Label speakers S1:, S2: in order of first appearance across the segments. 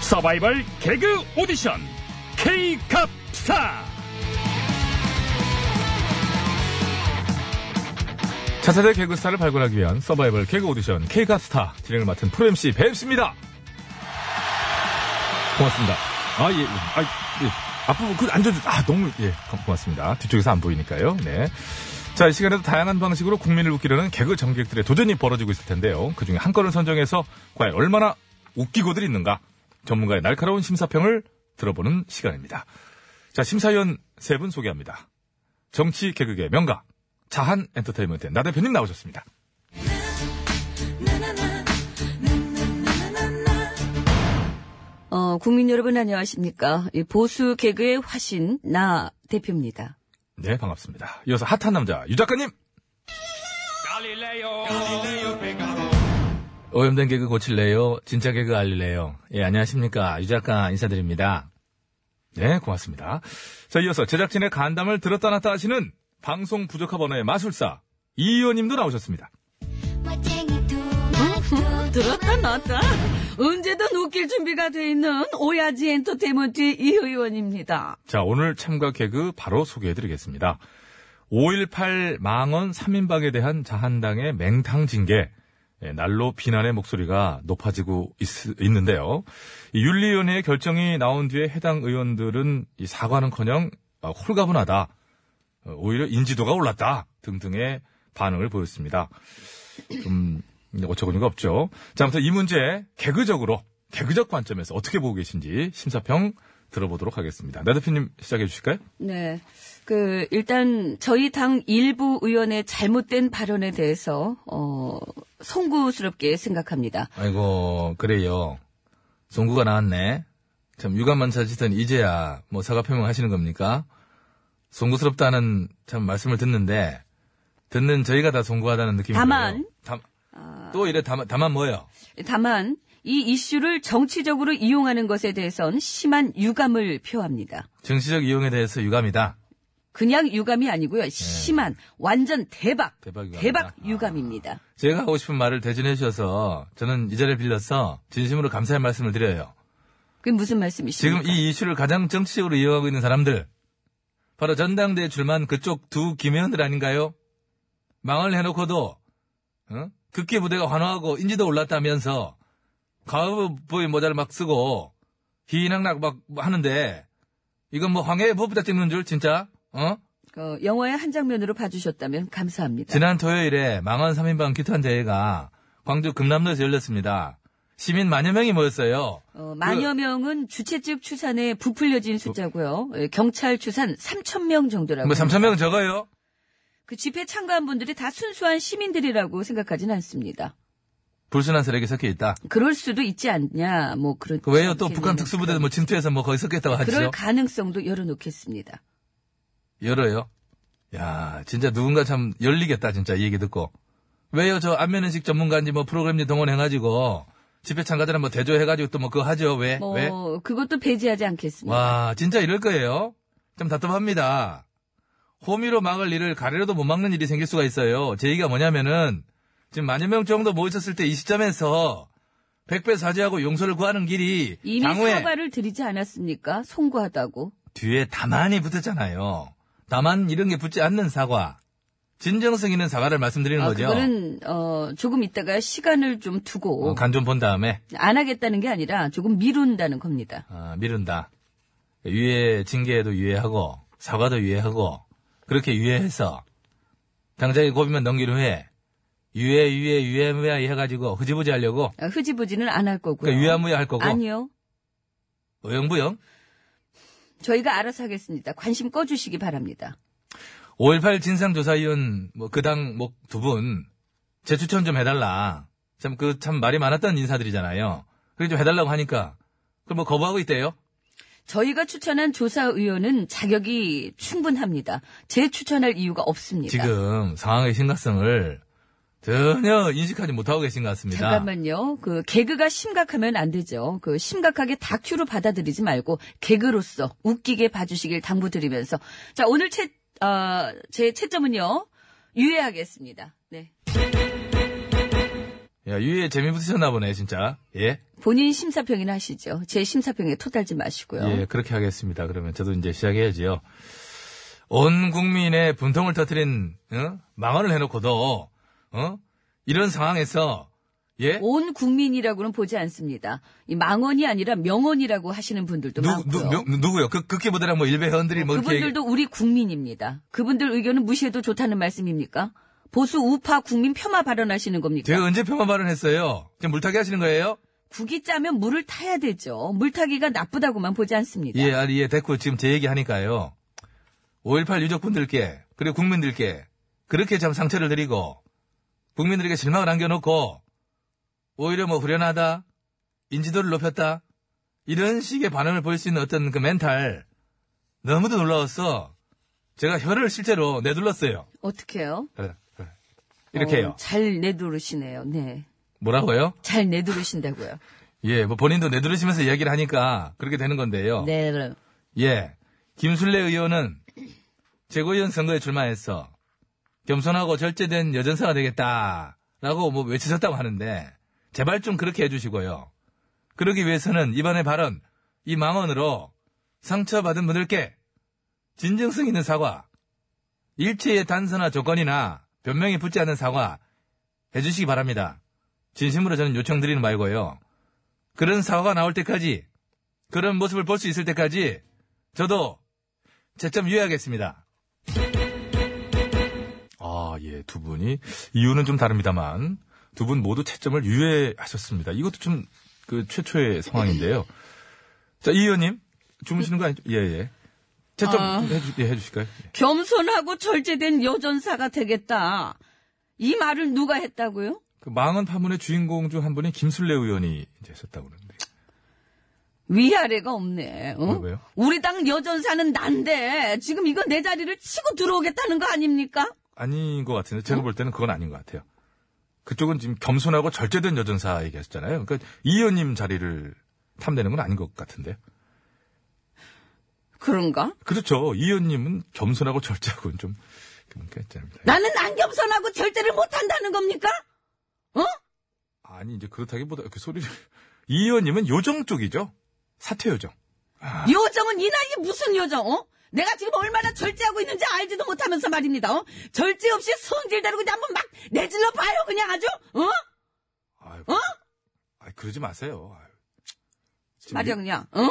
S1: 서바이벌 개그 오디션 K캅스타
S2: 차세대 개그스타를 발굴하기 위한 서바이벌 개그 오디션 K캅스타 진행을 맡은 프로 MC 뱀씨입니다. 고맙습니다. 아, 예, 예. 아, 예. 앞부분, 그, 앉아주, 아, 너무, 예, 고맙습니다. 뒤쪽에서 안 보이니까요. 네. 자, 이 시간에도 다양한 방식으로 국민을 웃기려는 개그 전객들의 도전이 벌어지고 있을 텐데요. 그 중에 한 건을 선정해서 과연 얼마나 웃기고들 있는가. 전문가의 날카로운 심사평을 들어보는 시간입니다. 자, 심사위원 세 분 소개합니다. 정치 개그계 명가, 자한 엔터테인먼트의 나 대표님 나오셨습니다.
S3: 어, 국민 여러분 안녕하십니까. 이 보수 개그의 화신, 나 대표입니다.
S2: 네, 반갑습니다. 이어서 핫한 남자, 유 작가님! 오염된 개그 고칠래요? 진짜 개그 알릴래요? 예, 안녕하십니까. 유 작가 인사드립니다. 네, 고맙습니다. 자, 이어서 제작진의 간담을 들었다 놨다 하시는 방송 부족합 언어의 마술사, 이 의원님도 나오셨습니다.
S3: 들었다 놨다. 언제든 웃길 준비가 돼 있는 오야지 엔터테인먼트 이 의원입니다.
S2: 자, 오늘 참가 개그 바로 소개해드리겠습니다. 5.18 망언 3인방에 대한 자한당의 맹탕 징계, 예, 날로 비난의 목소리가 높아지고 있, 는데요 윤리위원회의 결정이 나온 뒤에 해당 의원들은 이 사과는커녕 아, 홀가분하다, 어, 오히려 인지도가 올랐다 등등의 반응을 보였습니다. 좀 음, 어처구니가 없죠. 자, 아무튼 이 문제 개그적으로 개그적 관점에서 어떻게 보고 계신지 심사평 들어보도록 하겠습니다. 나 대표님 시작해 주실까요?
S3: 네. 그, 일단 저희 당 일부 의원의 잘못된 발언에 대해서, 어, 송구스럽게 생각합니다.
S2: 아이고 그래요. 송구가 나왔네. 참 유감만 찾으던 이제야 뭐 사과 표명하시는 겁니까? 송구스럽다는 참 말씀을 듣는데 듣는 저희가 다 송구하다는 느낌이
S3: 다만.
S2: 들어요. 담- 또 이래 다만 다만 뭐요?
S3: 다만, 이 이슈를 정치적으로 이용하는 것에 대해선 심한 유감을 표합니다.
S2: 정치적 이용에 대해서 유감이다.
S3: 그냥 유감이 아니고요. 심한, 완전 대박,
S2: 대박 유감이다.
S3: 대박
S2: 아.
S3: 유감입니다.
S2: 제가 하고 싶은 말을 대신해 주셔서 저는 이 자리를 빌려서 진심으로 감사의 말씀을 드려요.
S3: 그게 무슨 말씀이십니까?
S2: 지금 이 이슈를 가장 정치적으로 이용하고 있는 사람들 바로 전당대회 출마한 그쪽 두 김의원들 아닌가요? 망언을 해놓고도 어? 극기 부대가 환호하고 인지도 올랐다면서 가업의 모자를 막 쓰고 희낙낙 막 하는데 이건 뭐 황해의 무엇보다 찍는 줄 진짜 어?
S3: 어, 영화의 한 장면으로 봐주셨다면 감사합니다.
S2: 지난 토요일에 망원 3인방 기탄 대회가 광주 금남로에서 열렸습니다. 시민 만여 명이 모였어요.
S3: 어, 만여
S2: 그
S3: 명은 주최 측 추산에 부풀려진 숫자고요. 예, 경찰 추산 3천 명 정도라고.
S2: 뭐 3천 명 적어요?
S3: 그 집회 참가한 분들이 다 순수한 시민들이라고 생각하진 않습니다.
S2: 불순한 세력이 섞여 있다.
S3: 그럴 수도 있지 않냐, 뭐 그런.
S2: 그 왜요? 또 북한 특수부대도 뭐 침투해서 뭐 거기 섞였다고
S3: 그럴
S2: 하죠?
S3: 가능성도 열어놓겠습니다.
S2: 열어요. 야, 진짜 누군가 참 열리겠다 진짜 이 얘기 듣고. 왜요? 저 안면인식 전문가인지 뭐 프로그램인지 동원해가지고 집회 참가자는 뭐 대조해가지고 또 뭐 그거 하죠? 왜?
S3: 뭐
S2: 왜?
S3: 그것도 배제하지 않겠습니다.
S2: 와, 진짜 이럴 거예요? 참 답답합니다. 호미로 막을 일을 가래로도 못 막는 일이 생길 수가 있어요. 제 얘기가 뭐냐면은, 지금 만여 명 정도 모였었을 때 이 시점에서, 백배 사죄하고 용서를 구하는 길이,
S3: 이미
S2: 향후에
S3: 사과를 드리지 않았습니까? 송구하다고.
S2: 뒤에 다만이 붙었잖아요. 다만 이런 게 붙지 않는 사과. 진정성 있는 사과를 말씀드리는
S3: 아,
S2: 거죠.
S3: 그거는 어, 조금 있다가 시간을 좀 두고
S2: 어, 간 좀 본 다음에,
S3: 안 하겠다는 게 아니라 조금 미룬다는 겁니다.
S2: 아, 미룬다. 유예, 징계에도 유예하고, 사과도 유예하고, 그렇게 유예해서, 당장에 고비만 넘기려 해. 유예, 유예, 유예, 무야 해가지고, 흐지부지 하려고,
S3: 아, 흐지부지는 안 할 거고요.
S2: 그러니까 유야무야 할 거고,
S3: 아니요.
S2: 어영부영.
S3: 저희가 알아서 하겠습니다. 관심 꺼주시기 바랍니다.
S2: 5.18 진상조사위원, 뭐, 그당, 뭐, 두 분, 재추천 좀 해달라. 참, 그, 참, 말이 많았던 인사들이잖아요. 그래 좀 해달라고 하니까, 그럼 뭐, 거부하고 있대요?
S3: 저희가 추천한 조사위원은 자격이 충분합니다. 재추천할 이유가 없습니다.
S2: 지금, 상황의 심각성을 전혀 인식하지 못하고 계신 것 같습니다.
S3: 잠깐만요. 그 개그가 심각하면 안 되죠. 그 심각하게 다큐로 받아들이지 말고 개그로서 웃기게 봐주시길 당부드리면서 자 오늘 채, 어, 제 채점은요 유예하겠습니다. 네.
S2: 야, 유예 재미붙으셨나 보네, 진짜. 예.
S3: 본인 심사평이나 하시죠. 제 심사평에 토달지 마시고요.
S2: 예, 그렇게 하겠습니다. 그러면 저도 이제 시작해야지요. 온 국민의 분통을 터뜨린 어? 망언을 해놓고도 어? 이런 상황에서 예
S3: 온 국민이라고는 보지 않습니다. 이 망언이 아니라 명언이라고 하시는 분들도
S2: 누,
S3: 많고요.
S2: 누,
S3: 어,
S2: 명- 누구요? 그 극기보다는 뭐 일베 회원들이 뭐 이렇게
S3: 그분들도 우리 국민입니다. 그분들 의견은 무시해도 좋다는 말씀입니까? 보수 우파 국민 폄하 발언하시는 겁니까?
S2: 제가 언제 폄하 발언했어요? 지금 물타기 하시는 거예요?
S3: 국이 짜면 물을 타야 되죠. 물 타기가 나쁘다고만 보지 않습니다.
S2: 예, 아니 예, 됐고 지금 제 얘기 하니까요. 5.18 유족분들께 그리고 국민들께 그렇게 참 상처를 드리고 국민들에게 실망을 안겨놓고 오히려 뭐 후련하다 인지도를 높였다 이런 식의 반응을 보일 수 있는 어떤 그 멘탈 너무도 놀라웠어. 제가 혀를 실제로 내둘렀어요. 예,
S3: 어떻게요?
S2: 이렇게요.
S3: 어, 잘 내두르시네요. 네.
S2: 뭐라고요?
S3: 잘 내두르신다고요.
S2: 예, 뭐 본인도 내두르시면서 이야기를 하니까 그렇게 되는 건데요.
S3: 네. 그럼.
S2: 예. 김순례 의원은 재고위원 선거에 출마해서 겸손하고 절제된 여전사가 되겠다. 라고 뭐 외치셨다고 하는데 제발 좀 그렇게 해주시고요. 그러기 위해서는 이번의 발언, 이 망언으로 상처받은 분들께 진정성 있는 사과, 일체의 단서나 조건이나 변명이 붙지 않은 사과 해주시기 바랍니다. 진심으로 저는 요청드리는 말고요. 그런 사과가 나올 때까지 그런 모습을 볼 수 있을 때까지 저도 채점 유예하겠습니다. 아, 예, 두 분이 이유는 좀 다릅니다만 두 분 모두 채점을 유예하셨습니다. 이것도 좀 그 최초의 상황인데요. 자, 이 의원님 주무시는 거 아니죠? 예, 예. 채점
S3: 아.
S2: 좀 해주, 예, 해주실까요? 예.
S3: 겸손하고 절제된 여전사가 되겠다. 이 말을 누가 했다고요?
S2: 그 망언 파문의 주인공 중 한 분이 김술래 의원이 이제 했었다고 그러는데.
S3: 위아래가 없네. 어?
S2: 왜, 왜요?
S3: 우리 당 여전사는 난데 지금 이거 내 자리를 치고 들어오겠다는 거 아닙니까?
S2: 아닌 것 같은데 제가 볼 때는 그건 아닌 것 같아요. 그쪽은 지금 겸손하고 절제된 여전사 얘기하셨잖아요. 그러니까 이 의원님 자리를 탐내는 건 아닌 것 같은데.
S3: 그런가?
S2: 그렇죠. 이 의원님은 겸손하고 절제하고는 좀 그러니까 있잖아요.
S3: 나는 안 겸손하고 절제를 못한다는 겁니까?
S2: 아니 이제 그렇다기보다 그 소리를 이 의원님은 요정 쪽이죠. 사퇴 요정.
S3: 요정은 이 나이에 무슨 요정? 어? 내가 지금 얼마나 절제하고 있는지 알지도 못하면서 말입니다. 어? 절제 없이 성질대로 그냥 한번 막 내질러 봐요, 그냥 아주. 어?
S2: 아유,
S3: 어?
S2: 아이, 그러지 마세요. 아유. 지금
S3: 말이야 그냥. 어?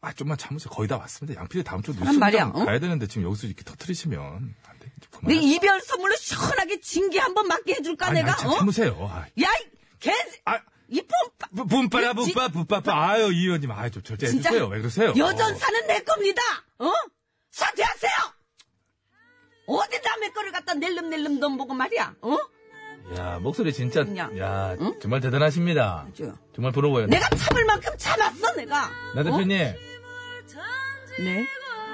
S2: 아, 좀만 참으세요. 거의 다 왔습니다. 양피디 다음 주
S3: 사람
S2: 뉴스
S3: 말이야,
S2: 장
S3: 어?
S2: 가야 되는데 지금 여기서 이렇게 터트리시면 안 돼.
S3: 내
S2: 그만.
S3: 이별 선물로 시원하게 징계 한번 맞게 해줄까
S2: 아니,
S3: 내가?
S2: 아니, 참
S3: 어?
S2: 참으세요. 아이.
S3: 야, 이 개,
S2: 아,
S3: 이 뽐빠.
S2: 부- 분빠라 분빠 분빠빠 아유 이 의원님 아유 좀 절제
S3: 그 진짜
S2: 해주세요 왜 그러세요
S3: 여전사는 내 겁니다. 어? 사퇴하세요. 어디 남의 거를 갖다 낼름낼름 돈 보고 말이야. 어?
S2: 야 목소리 진짜
S3: 그냥.
S2: 야 정말 대단하십니다
S3: 아주.
S2: 정말 부러워요
S3: 내가 참을 만큼 참았어 내가.
S2: 나 대표님
S3: 네.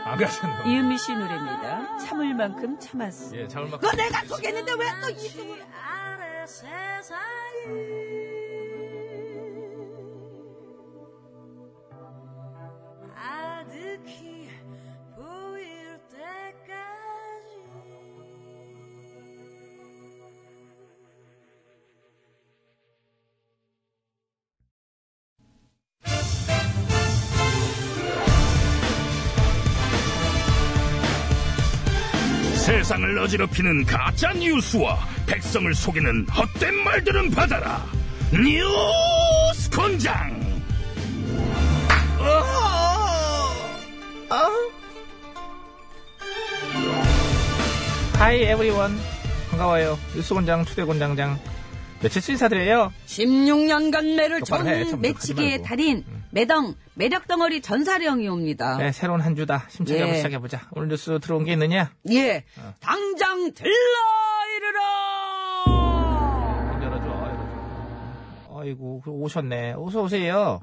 S2: 안 가셨나
S3: 이은미 씨 노래입니다. 참을 만큼 참았어.
S2: 예 잠을 막
S3: 그거 내가 속였는데 왜 또 이쪽으로.
S4: 아래 세상이 아득히 보일 때까지
S1: 세상을 어지럽히는 가짜 뉴스와 백성을 속이는 헛된 말들은 받아라. 뉴스 권장.
S5: 하이 에브리원 반가워요 뉴스곤장 초대곤장장 며칠째 인사드려요
S3: 16년간 매를
S5: 똑바로 해, 참
S3: 전
S5: 좀 하지
S3: 매치기의
S5: 말고. 음.
S3: 달인 매덩 매력 덩어리 전사령이 옵니다.
S5: 네, 새로운 한 주다 심차게
S3: 아. 예.
S5: 시작해보자 오늘 뉴스 들어온 게 있느냐
S3: 예,
S5: 어.
S3: 당장 들러 이르라.
S5: 문 열어줘 열어줘 아이고 그럼 오셨네 어서 오세요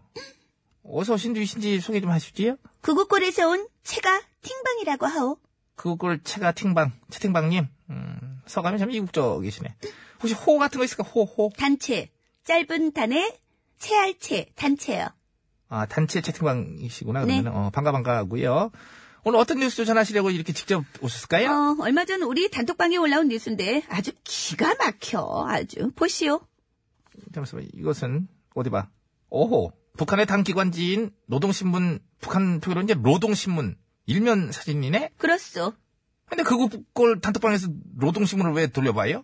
S5: 어서 오신 주이신지 소개 좀 하십시오
S6: 구구골에서 온 채가 팅방이라고 하오.
S5: 그걸 채가 팅방 채팅방님 음, 서감이 참 이국적이시네 혹시 호 같은 거 있을까 호호
S6: 단체. 짧은 단에 채알채 단체요.
S5: 아 단체 채팅방이시구나
S6: 네.
S5: 그러면 어, 반가 반가고요 오늘 어떤 뉴스 전하시려고 이렇게 직접 오셨을까요?
S6: 어, 얼마 전 우리 단톡방에 올라온 뉴스인데 아주 기가 막혀. 아주. 보시오.
S2: 잠시만, 이것은, 어디 봐. 오호. 북한의 당기관지인 노동신문, 북한 표기로 이제 노동신문, 일면 사진이네?
S3: 그렇소.
S2: 근데 그거 걸 단톡방에서 노동신문을 왜 돌려봐요?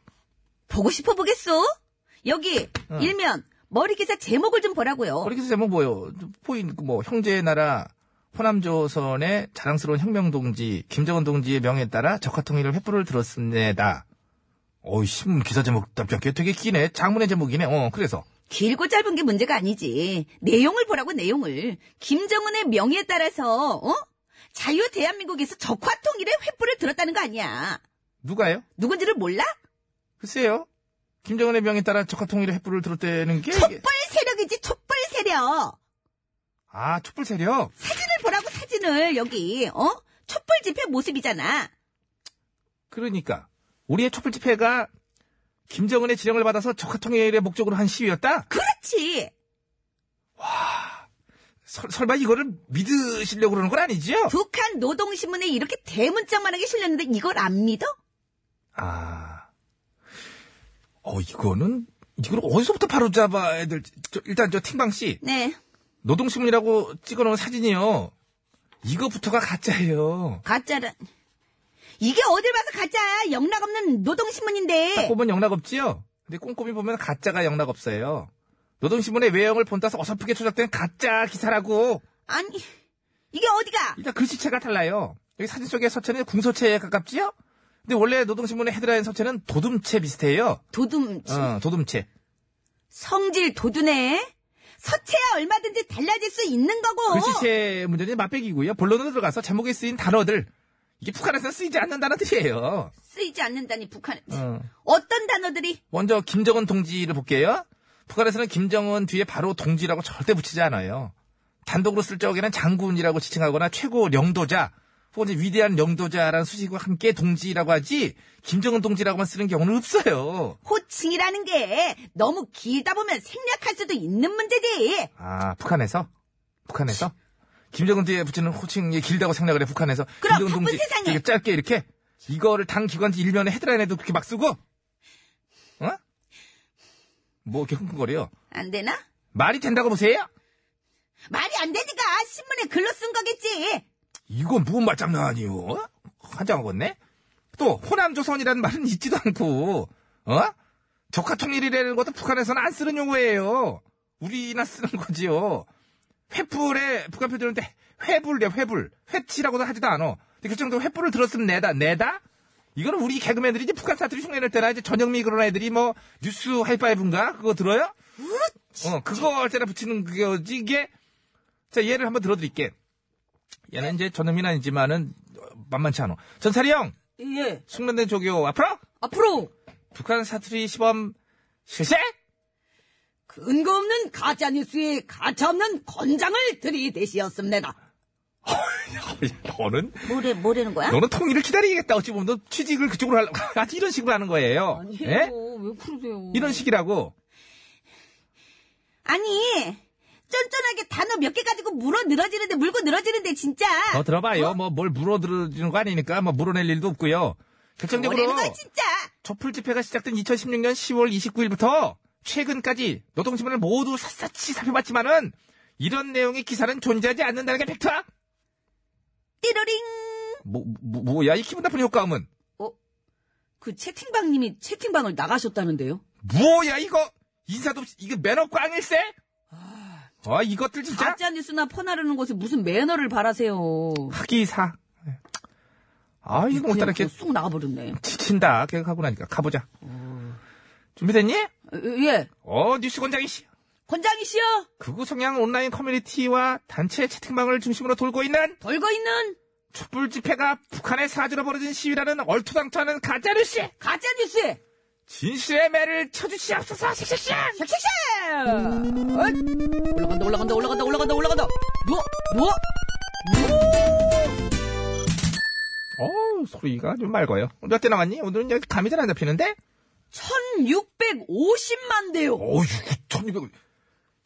S3: 보고 싶어 보겠소? 여기,
S2: 응.
S3: 일면, 머리 기사 제목을 좀 보라고요.
S2: 어리기서 제목 뭐요? 포인, 그 뭐, 형제의 나라, 호남조선의 자랑스러운 혁명동지, 김정은 동지의 명에 따라 적화통일을 횃불을 들었습니다. 어이, 신문 기사 제목 답답해. 되게 기네. 장문의 제목이네. 어, 그래서.
S3: 길고 짧은 게 문제가 아니지. 내용을 보라고, 내용을. 김정은의 명예에 따라서, 어? 자유 대한민국에서 적화통일의 횃불을 들었다는 거 아니야.
S2: 누가요?
S3: 누군지를 몰라?
S2: 글쎄요. 김정은의 명에 따라 적화통일의 횃불을 들었다는 게. 이게-
S3: 촛불 세력이지, 촛불 세력.
S2: 아, 촛불 세력?
S3: 사진을 보라고, 사진을, 여기, 어? 촛불 집회 모습이잖아.
S2: 그러니까. 우리의 촛불 집회가 김정은의 지령을 받아서 적화통일의 목적으로 한 시위였다?
S3: 그렇지.
S2: 설, 설마 이거를 믿으시려고 그러는 건 아니지요?
S3: 북한 노동신문에 이렇게 대문짝만하게 실렸는데 이걸 안 믿어?
S2: 아. 어, 이거는, 이걸 어디서부터 바로 잡아야 될지. 저, 일단 저 팅방씨,
S3: 네.
S2: 노동신문이라고 찍어놓은 사진이요. 이거부터가 가짜예요.
S3: 가짜란. 이게 어딜 봐서 가짜야. 영락 없는
S2: 딱
S3: 노동신문인데.
S2: 보면 영락 없지요? 근데 꼼꼼히 보면 가짜가 영락 없어요. 노동신문의 외형을 본따서 어설프게 조작된 가짜 기사라고.
S3: 아니, 이게 어디가?
S2: 일단 글씨체가 달라요. 여기 사진 속의 서체는 궁서체에 가깝지요? 근데 원래 노동신문의 헤드라인 서체는 도둠체 비슷해요.
S3: 도둠,
S2: 어, 도둠체.
S3: 성질 도두네. 서체야 얼마든지 달라질 수 있는 거고.
S2: 글씨체 문제는 맛배기고요. 본론으로 들어가서 제목에 쓰인 단어들. 이게 북한에서 쓰이지 않는 단어들이에요.
S3: 쓰이지 않는다니, 북한.
S2: 어.
S3: 어떤 단어들이?
S2: 먼저 김정은 동지를 볼게요. 북한에서는 김정은 뒤에 바로 동지라고 절대 붙이지 않아요. 단독으로 쓸 적에는 장군이라고 지칭하거나 최고 영도자 혹은 이제 위대한 영도자라는 수식과 함께 동지라고 하지 김정은 동지라고만 쓰는 경우는 없어요.
S3: 호칭이라는 게 너무 길다 보면 생략할 수도 있는 문제지.
S2: 아 북한에서 북한에서 김정은 뒤에 붙이는 호칭이 길다고 생각을 해 북한에서
S3: 그럼
S2: 김정은
S3: 바쁜
S2: 동지
S3: 세상에.
S2: 이게 짧게 이렇게 이거를 당 기관지 일면에 헤드라인에도 그렇게 막 쓰고 어? 뭐 이렇게 흥흥거려
S3: 안 되나?
S2: 말이 된다고 보세요?
S3: 말이 안 되니까 신문에 글로 쓴 거겠지.
S2: 이건 무슨 말장난 아니오? 어? 환장하겠네? 또, 호남조선이라는 말은 있지도 않고, 어? 적화통일이라는 것도 북한에서는 안 쓰는 용어예요. 우리나 쓰는 거지요. 횃불에, 북한 표준인데, 횃불이야, 횃불. 횃치라고도 하지도 않아. 근데 그 결정적으로 횃불을 들었으면 내다, 내다? 이거는 우리 개그맨들이 이제 북한 사투리 흉내낼 때나 이제 전영미 그런 애들이 뭐, 뉴스 하이파이브인가? 그거 들어요? 어, 그거 할 때나 붙이는 그거지, 이게. 자, 얘를 한번 들어드릴게. 얘는 이제 저놈이 아니지만은 만만치 않아. 전사리 형,
S7: 예.
S2: 숙련된 조교 앞으로
S7: 앞으로
S2: 북한 사투리 시범 실세.
S7: 근거 없는 가짜 뉴스에 가차 없는 권장을 들이대시었습니다.
S2: 너는
S3: 뭐래, 뭐라는 거야?
S2: 너는 통일을 기다리겠다. 어찌 보면 너 취직을 그쪽으로 하려고 아주 이런 식으로 하는 거예요. 예?
S7: 뭐, 왜 그러세요?
S2: 이런 식이라고.
S3: 아니, 쫀쫀하게 단어 몇 개 가지고 물어 늘어지는데, 물고 늘어지는데, 진짜.
S2: 더 들어봐요. 뭐 뭘 물어들어주는 거 아니니까 뭐 물어낼 일도 없고요. 결정적으로
S3: 뭐라는 거야, 진짜.
S2: 촛불 집회가 시작된 2016년 10월 29일부터 최근까지 노동신문을 모두 샅샅이 살펴봤지만은 이런 내용의 기사는 존재하지 않는다는 게 팩트야.
S3: 띠로링.
S2: 뭐, 뭐, 뭐야, 이 기분 나쁜 효과음은.
S7: 어? 그 채팅방님이 채팅방을 나가셨다는데요.
S2: 뭐야, 이거! 인사도 없이, 이거 매너 꽝일세? 아, 이것들 진짜.
S7: 가짜 뉴스나 퍼나르는 곳에 무슨 매너를 바라세요.
S2: 하기사. 아, 이거 어따
S7: 그냥
S2: 이렇게
S7: 쑥 나가버렸네.
S2: 지친다. 계획하고 나니까. 가보자. 음. 준비됐니?
S7: 예.
S2: 어, 뉴스 권장이 씨.
S7: 권장이 씨요.
S2: 극우 성향 온라인 커뮤니티와 단체 채팅방을 중심으로 돌고 있는
S7: 벌거 있는
S2: 촛불 집회가 북한의 사주로 벌어진 시위라는 얼토당토하는 가짜뉴스!
S7: 가짜 뉴스에
S2: 진실의 매를 쳐주시옵소서, 씩씩씩!
S7: 샥샥샥. 어이. 올라간다 올라간다 올라간다 올라간다 올라간다. 뭐, 누워 누워.
S2: 어우, 소리가 좀 맑아요. 몇 대 남았니? 오늘은 여기 감이 잘 안 잡히는데?
S7: 1650만 대요.
S2: 어휴, 1200.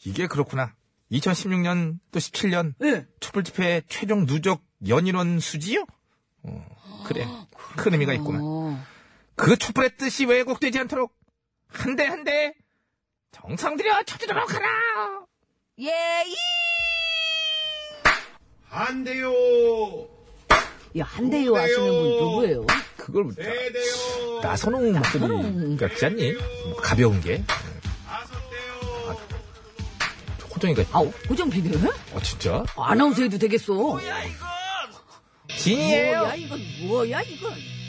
S2: 이게 그렇구나. 2016년 또 17년
S7: 예.
S2: 촛불 집회 최종 누적 연인원 수지요? 어, 그래. 큰 의미가 있구만.
S7: 어.
S2: 그 촛불의 뜻이 왜곡되지 않도록 한 대 한 대 정성 들여 쳐주도록 하라.
S8: 예, 이!
S9: 안 돼요.
S3: 야, 한대요 하시는 분 누구예요?
S2: 그걸 묻다.
S9: 네 돼요.
S2: 나선홍 목소리 같지 않니? 뭐 가벼운 게.
S9: 다섯 돼요.
S2: 호정이가
S3: 아, 고정 비디오?
S2: 어 진짜?
S3: 아나운서 해도 되겠어.
S2: 진이에요.
S3: 이건 뭐야, 이건.